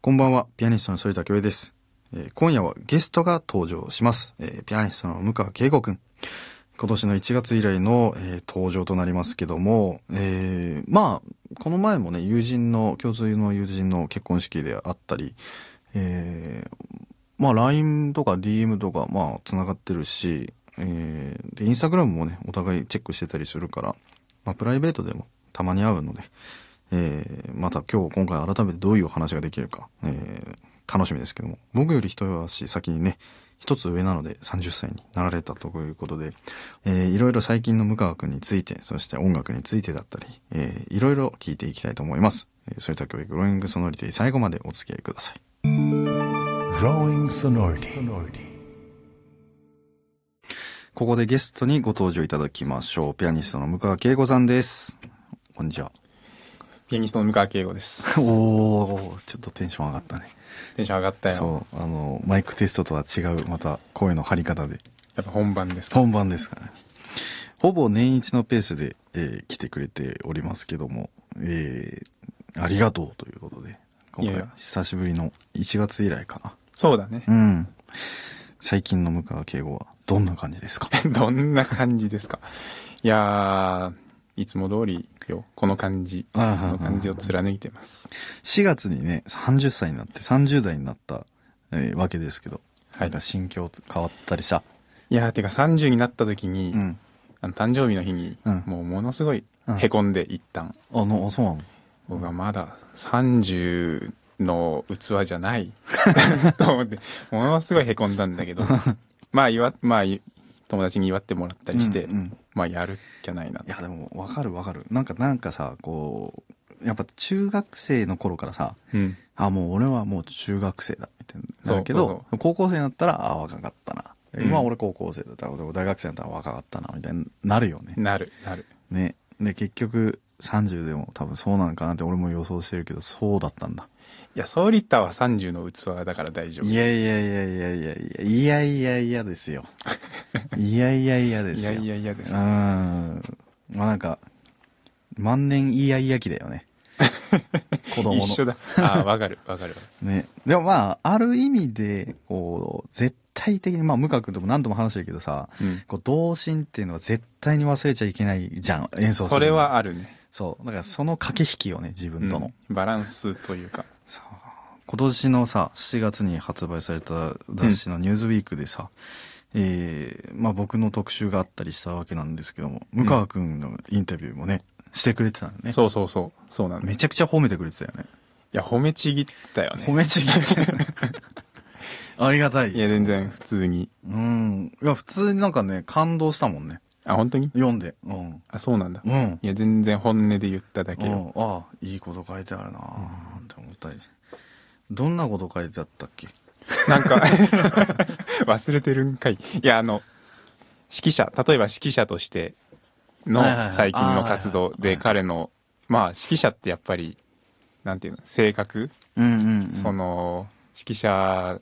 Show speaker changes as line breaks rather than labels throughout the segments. こんばんは、ピアニストの反田恭平です、えー今夜はゲストが登場します。えーピアニストの向川圭吾くん。今年の1月以来の、えー登場となりますけども、えーまあ、この前もね、友人の、共通の友人の結婚式であったり、えーまあ、LINE とか DM とか、まあ、つながってるし、えーで、インスタグラムもね、お互いチェックしてたりするから、まあ、プライベートでもたまに会うので、えーまた今日、今回改めてどういうお話ができるか、えー楽しみですけども、僕より一足先にね、一つ上なので30歳になられたということで、えーいろいろ最近の向川くんについて、そして音楽についてだったり、えーいろいろ聞いていきたいと思います。えーそれでは今日、グローイングソノリティ最後までお付き合いください。
Growing Sonority.
ここでゲストにご登場いただきましょう。ピアニストの向川慶吾さんです。こんにちは。
ピアニストの向川慶吾です。
お お、ちょっとテンション上がったね。
テンション上がったよ。
そう、あの、マイクテストとは違う、また声の張り方で。
やっぱ本番ですか
本番ですからね。ほぼ年一のペースで、えー来てくれておりますけども、えーありがとうということで、今回
いやい
は
や
久しぶりの1月以来か
そうだね。
な。うん。最近の向川慶吾はどんな感じです か
どんな感じですかいやー、いつも通りよ。この感じ。こ
あー
の感じを貫いてます。
4月にね、30歳になって、30代になった、えーわけですけど、
はい
なんか心境変わったりした。
いやー、てか30になった時に、
うん。
あの誕生日の日に、
うん
もうものすごい
うん
凹んで一旦、
あの、あそうなの
僕はまだ30の器じゃない と思って、ものすごい凹んだんだけど、まあ、祝っまあ、い友達に祝ってもらったりして、
うんうん
まあ、やるっきゃないなと
いや、でも、わかるわかる。なんか、なんかさ、こう、やっぱ中学生の頃からさ、
うん。
あ、もう俺はもう中学生だ、みたいな。
そう
だけど、
そう
高校生になったら、あ、若かったな。
うん
今俺高校生だったら、俺大学生だったら若かったな、みたいになるよね。
なる、なる。
ね。で、結局、30でも多分そうなのかなって俺も予想してるけど、そうだったんだ。
いや、ソーリタは30の器だから大丈夫。
いやいやいやいやいやいや、いやいやいやですよ。いやいやいやで
い
す
や
よ。
いやいやで
う
す。
ーん。まあなんか、万年イヤイヤ期だよ ね。子供の。
一緒 だ。ああ、わかる、わかる。
ね。でもまあ、ある意味で、こう、絶対的に、まあ、向川君とも何度も話してるけどさ、
うん
こう、童心っていうのは絶対に忘れちゃいけないじゃん、演奏する。
それ。はあるね。
そう。だからその駆け引きをね、自分との。
うんバランスというか。
今年のさ、7月に発売された雑誌のニューズウィークでさ、えーまあ僕の特集があったりしたわけなんですけども、向川くんのインタビューもね、してくれてたのね。
そうそうそう。そうなんだ。い
めちゃくちゃ褒めてくれてたよね。
や、褒めちぎったよ
褒
ね。
めちぎって。ありがたい。
いや、全然普通に。
うん。いや、普通になんかね、感動したもんね。
あ、本当に
読んで。うん。
あ、そうなんだ。
うん。うん
いや、全然本音で言っただけよ。
ああ、いいこと書いてあるなーって思ったり。どんなこと書いてあったっけ
なんか、 忘れてるんかい。いや、あの、指揮者、例えば指揮者としての
はいはいはい
最近の活
あーはい
動
はいはい
で彼の、まあ、指揮者ってやっぱり、なんていうの、性格
うんうん、うん。
その指揮者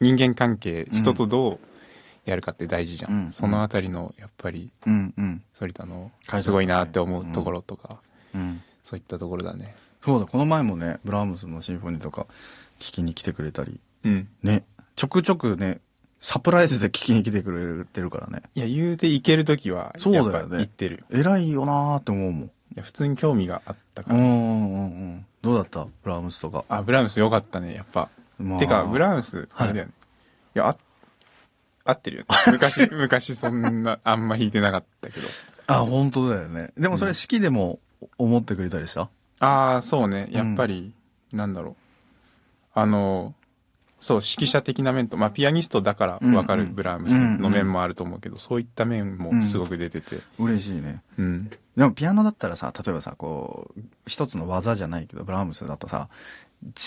人間関係
うん
人とどうやるかって大事じゃん、
うん
そのあたりのやっぱり
うんうん。
反田の
解像度
すごいなって思うところとか、
うん。
そういったところだね
そうだ、この前もね、ブラームスのシンフォニーとか聞きに来てくれたり、
うん
ね、ちょくちょくね、サプライズで聞きに来てくれてるからね。
いや言うて行ける時は
そうだ
や
よ
っ
ね
ぱ行ってるよ
偉いよなーって思うもん。
いや普通に興味があったか
う
ら、
んうんうん。どうだったブラームスとか。
あブラウンスよかったねやっぱ、
まあ
てかブラウンスあれだよね、い、やあ合ってるよね昔 昔そんなあんま弾いてなかったけど
あ、本当だよね。でもそれ式でも思ってくれたりした、
ああ、そうね。やっぱり、なんだろう。あの、そう、指揮者的な面と、まあ、ピアニストだから分か
うん
る
うん
ブラームスの面もあると思うけど、そういった面もすごく出てて。
嬉しいね。
うん。
でもピアノだったらさ、例えばさ、こう、一つの技じゃないけど、ブラームスだとさ、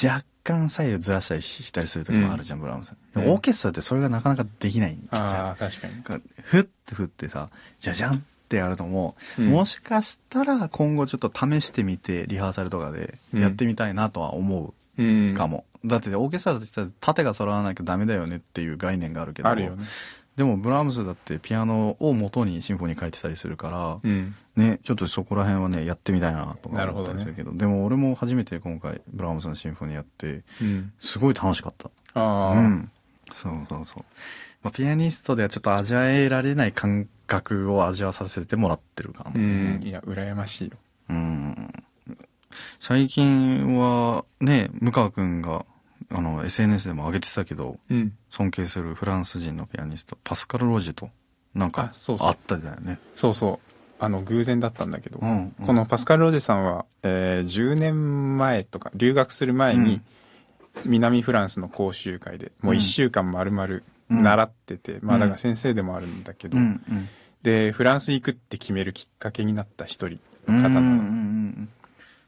若干左右ずらしたり引いたりする時もあるじゃん、ブラームス。でもオーケストラってそれがなかなかできないじゃん。
ああ、確かに。
なんかふってふってさ、じゃじゃんってやるとも、う
うん
もしかしたら今後ちょっと試してみて、リハーサルとかでやってみたいなとは思
う。
うんかも。だってオーケストラってさ、縦が揃わなきゃダメだよねっていう概念があるけど、
あるよね。
でもブラームスだってピアノを元にシンフォニー書いてたりするから、
うん。
ね、ちょっとそこら辺はね、やってみたいなとか
なる
思
ほ
った
ど
り
ね
するけど、でも俺も初めて今回、ブラームスのシンフォニーやって、
うん。
すごい楽しかった。
あ
う
あ、
ん。そうそうそう。まあ、ピアニストではちょっと味わえられない感覚を味わさせてもらってるかも
う
ね
ん。。いや、羨ましいよ。
うん。最近はね、向川くんが、あの、SNS でも上げてたけど、
うん。
尊敬するフランス人のピアニスト、パスカル・ロジェと、なんか
あ、そうそう
あったじゃないね。
そうそう。あの、偶然だったんだけど、
うんうん
このパスカル・ロジェさんは、えー10年前とか、留学する前に、南フランスの講習会で、もう
うん
1週間丸々
うん
習ってて、まあ
うん
だから先生でもあるんだけど、
うんうん。
で、フランス行くって決めるきっかけになった一人
う
の
ん
方な
うんうんう
の。
ん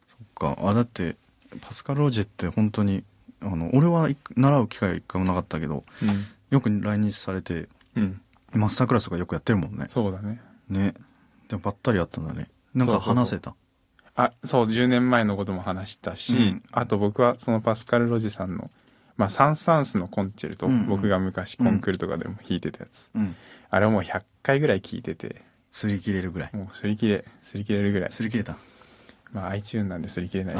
そっかあだってパスカル・ロジェって本当にあの俺は一習う機会一回もなかったけど
うん。
よく来日されて
うん。
マスタークラスとかよくやってるもんね
そうだね。
ねでばったりあったんだねなん
そ
か
うそうそう
話せた
あ、そう、10年前のことも話したし、
うん
あと僕はそのパスカル・ロジェさんの、まあ、サン・サンスのコンチェルト、
うんうん
僕が昔コンクールとかでも弾いてたやつ。
うん
あれをもう100回ぐらい聞いてて、
すり切れるぐらい
もうすり切れ、すり切れるぐらい。
すり切れた
まあ iTune なんですり切れない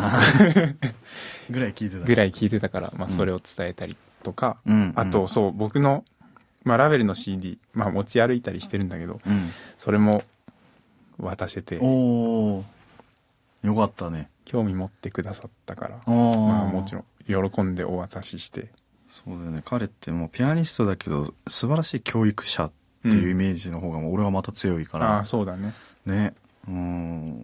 ぐらい聞いてた
ぐ
い
らい聞いてたから、まあそれを伝えたりとか、
うん
あと、そう、僕の、まあラベルの CD、まあ持ち歩いたりしてるんだけど、
うん
それも渡せて、
おーよかったね
興味持ってくださったから、
あー
まあもちろん喜んでお渡しして、
そうだよね彼ってもうピアニストだけど素晴らしい教育者っていうイメージの方がもう俺はまた強いから、
ああ、そうだね。
ねうん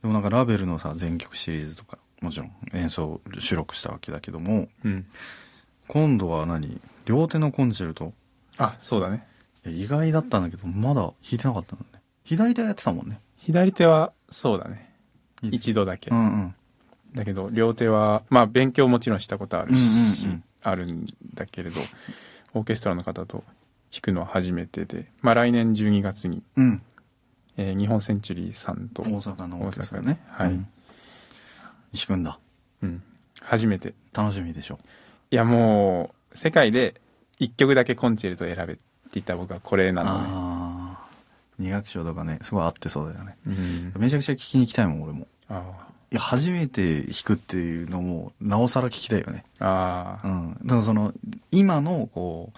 でもなんかラベルのさ全曲シリーズとかもちろん演奏収録したわけだけども
うん。
今度は何両手のコンチェルト
あ、そうだね。
いや意外だったんだけどまだ弾いてなかったのね左手やってたもんね
左手は、そうだね。
いいです
一度だけ。
うんうん
だけど、両手は、まあ勉強もちろんしたことある
う
し、
んうんうん
あるんだけれど、オーケストラの方と弾くのは初めてで、まあ来年12月に、
うん
えー日本センチュリーさんと、
大阪のオーケストラ
大
ね
阪はい、
うん石君だ
うん初めて。
楽しみでしょ
いやもう、世界で一曲だけコンチェルト選べって言った僕はこれなのね。
ああ二楽章とかねすごい合ってそうだよね
うん
めちゃくちゃ聞きに行きたいもん俺も
あ
いや初めて弾くっていうのもなおさら聞きたいよね
ーあ
う
ー、
ん、だからその今のこ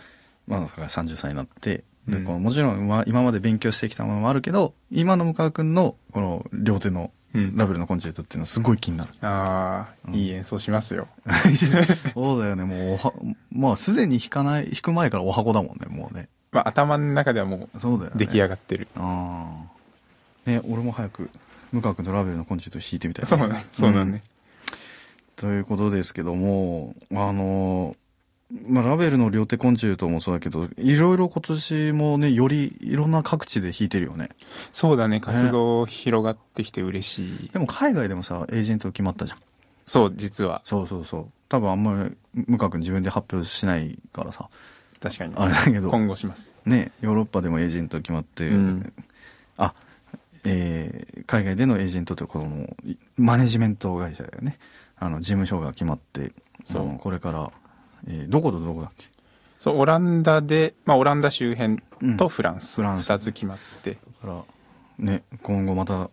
う、まあ、だから30歳になって、で
うん
こうもちろん、ま、今まで勉強してきたものもあるけど今の向川君のこの両手の
うん
ラベルのコンチェルトっていうのはすごい気になる
あーいい演奏しますよ。
そうだよねもうおはまあすでに弾かない弾く前からお箱だもんねもうね
まあ頭の中ではも
そうだよね
う出来上がってる。
ああね俺も早く向川君のラベルのコンチェルト弾いてみたい
そうだね。そうだね。
ということですけども、あの、まあ、ラベルの両手コンチェルトもそうだけど、いろいろ今年もね、よりいろんな各地で弾いてるよね。
そうだね。活動広がってきて嬉しい
で。も海外でもさ、エージェント決まったじゃん。
そう、実は。そう
そうそう。多分あんまり、向川君自分で発表しないからさ、
確かに。
あれだけど、
今後します。
ね、ヨーロッパでもエージェント決まって、
うん
あ、えー海外でのエージェントってこの、いマネジメント会社だよね。あの、事務所が決まって、
そう
あのこれから、えーどことどこだっけ
そう、オランダで、まあ、オランダ周辺
うん
とフランス。
フランス
二つ決まって。
だから、ね、今後また、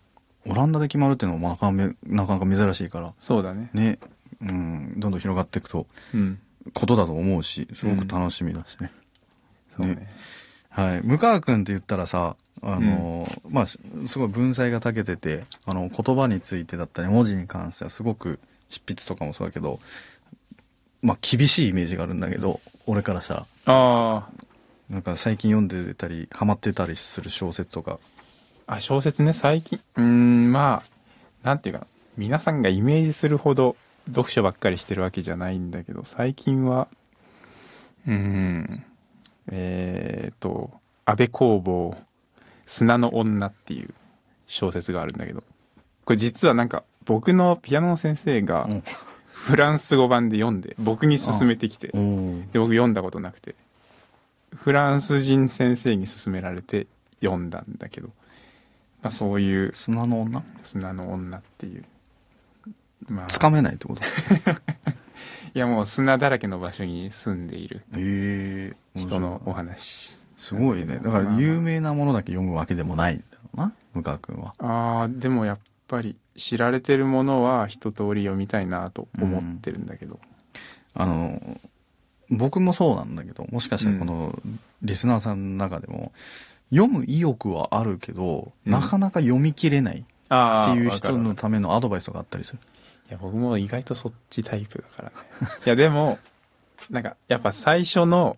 オランダで決まるっていうのもなかなかなかなか珍しいから、
そうだね。
ね、うん、どんどん広がっていくと、
うん。
ことだと思うし、すごく楽しみだしね。
そうね。
ねはい。向川くんって言ったらさ、あの、まあ、すすごい文才が長けてて、あの、言葉についてだったり、文字に関してはすごく、執筆とかもそうだけど、まあ、厳しいイメージがあるんだけど、俺からしたら。
あ
なんか最近読んでたり、ハマってたりする小説とか。
あ。あ、小説ね、最近。うーん、まあ、なんていうかな、皆さんがイメージするほど読書ばっかりしてるわけじゃないんだけど、最近は、うーん、えっ、と、安倍工房、砂の女っていう小説があるんだけど、これ実はなんか、僕のピアノの先生が
うん
フランス語版で読んで、僕に勧めてきて、で僕読んだことなくてフランス人先生に勧められて読んだんだけど、まあ、そういう
砂の女
「砂の女」っていうまあ
つかめないってこと
いやもう砂だらけの場所に住んでいる
ええ
人のお話
すごいね。だから有名なものだけ読むわけでもないんだろうな、向川くんは。
あーでもやっぱり知られてるものは一通り読みたいなと思ってるんだけど、
あの、僕もそうなんだけど、もしかしたらこのリスナーさんの中でも、読む意欲はあるけど、
うん
なかなか読み切れないっ
あ
て
あ
いう人のためのアドバイスがあったりする。
いや僕も意外とそっちタイプだからね いやでもなんかやっぱ最初の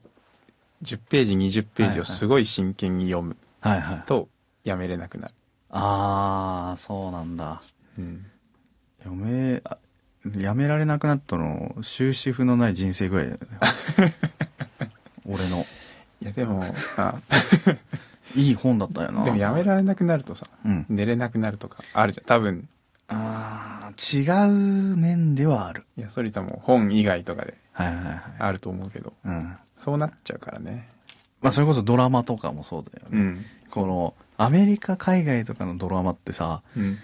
10ページ20ページをすごい真剣に読む
はいはい。
とやめれなくなる、
あー、そうなんだ。
うん
読め、あやめられなくなったの、終止符のない人生ぐらいだ よね。俺の。
いやで もあ
いい本だったよな。
でもやめられなくなるとさ
うん。
寝れなくなるとかあるじゃん多分
あー、違う面ではある。
いやそれとも本以外とかで
はいはいはい。
あると思うけど
うん。
そうなっちゃうからね
まあ、それこそドラマとかもそうだよね。
ん
この、アメリカ、海外とかのドラマってさ、
うん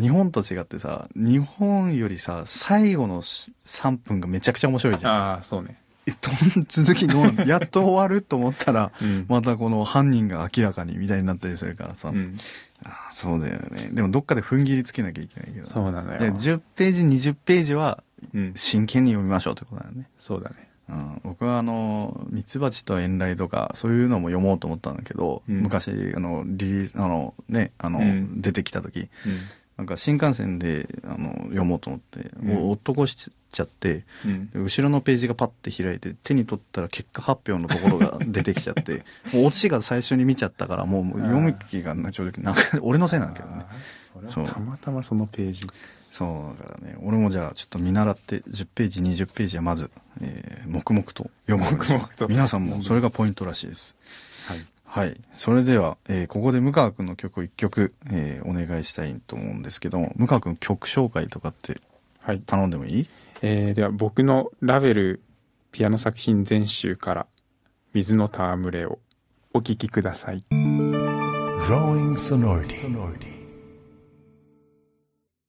日本と違ってさ、日本よりさ、最後のし3分がめちゃくちゃ面白いじゃん。
ああそうね
えっと、続きどう なのやっと終わると思ったら、
うん
またこの犯人が明らかにみたいになったりするからさ。
うん
ああそうだよね。でもどっかで踏ん切りつけなきゃいけないけど。
そうなの
いや
よ、
10ページ、20ページは
うん、
真剣に読みましょうってことだよね。
そうだね
うん、僕はあの、ミツバチと遠雷とか、そういうのも読もうと思ったんだけど、
うん
昔、あの、リリース、あの、ね、あの、
うん
出てきた時、
う
なんか新幹線で、あの、読もうと思って、
うん
お追っとこしちゃって、
んうん
で後ろのページがパッて開いて、手に取ったら結果発表のところが 出てきちゃって、もうオチが最初に見ちゃったから、もうもう読む気がな、正直、なんか、俺のせいなんだけどね。
あーそ
そう
れはたまたまそのページ
そう、だからね、俺もじゃあちょっと見習って、10ページ、20ページはまず、えー黙々と読むようにします
黙々と
皆さんもそれがポイントらしいです。
はい
はい。それでは、えーここで向川くんの曲を1曲、えーお願いしたいと思うんですけども、向川くん曲紹介とかって
はい、
頼んでもいい
えーでは僕のラベルピアノ作品全集から「水の戯れ」をお聴きください
Drawing sonority.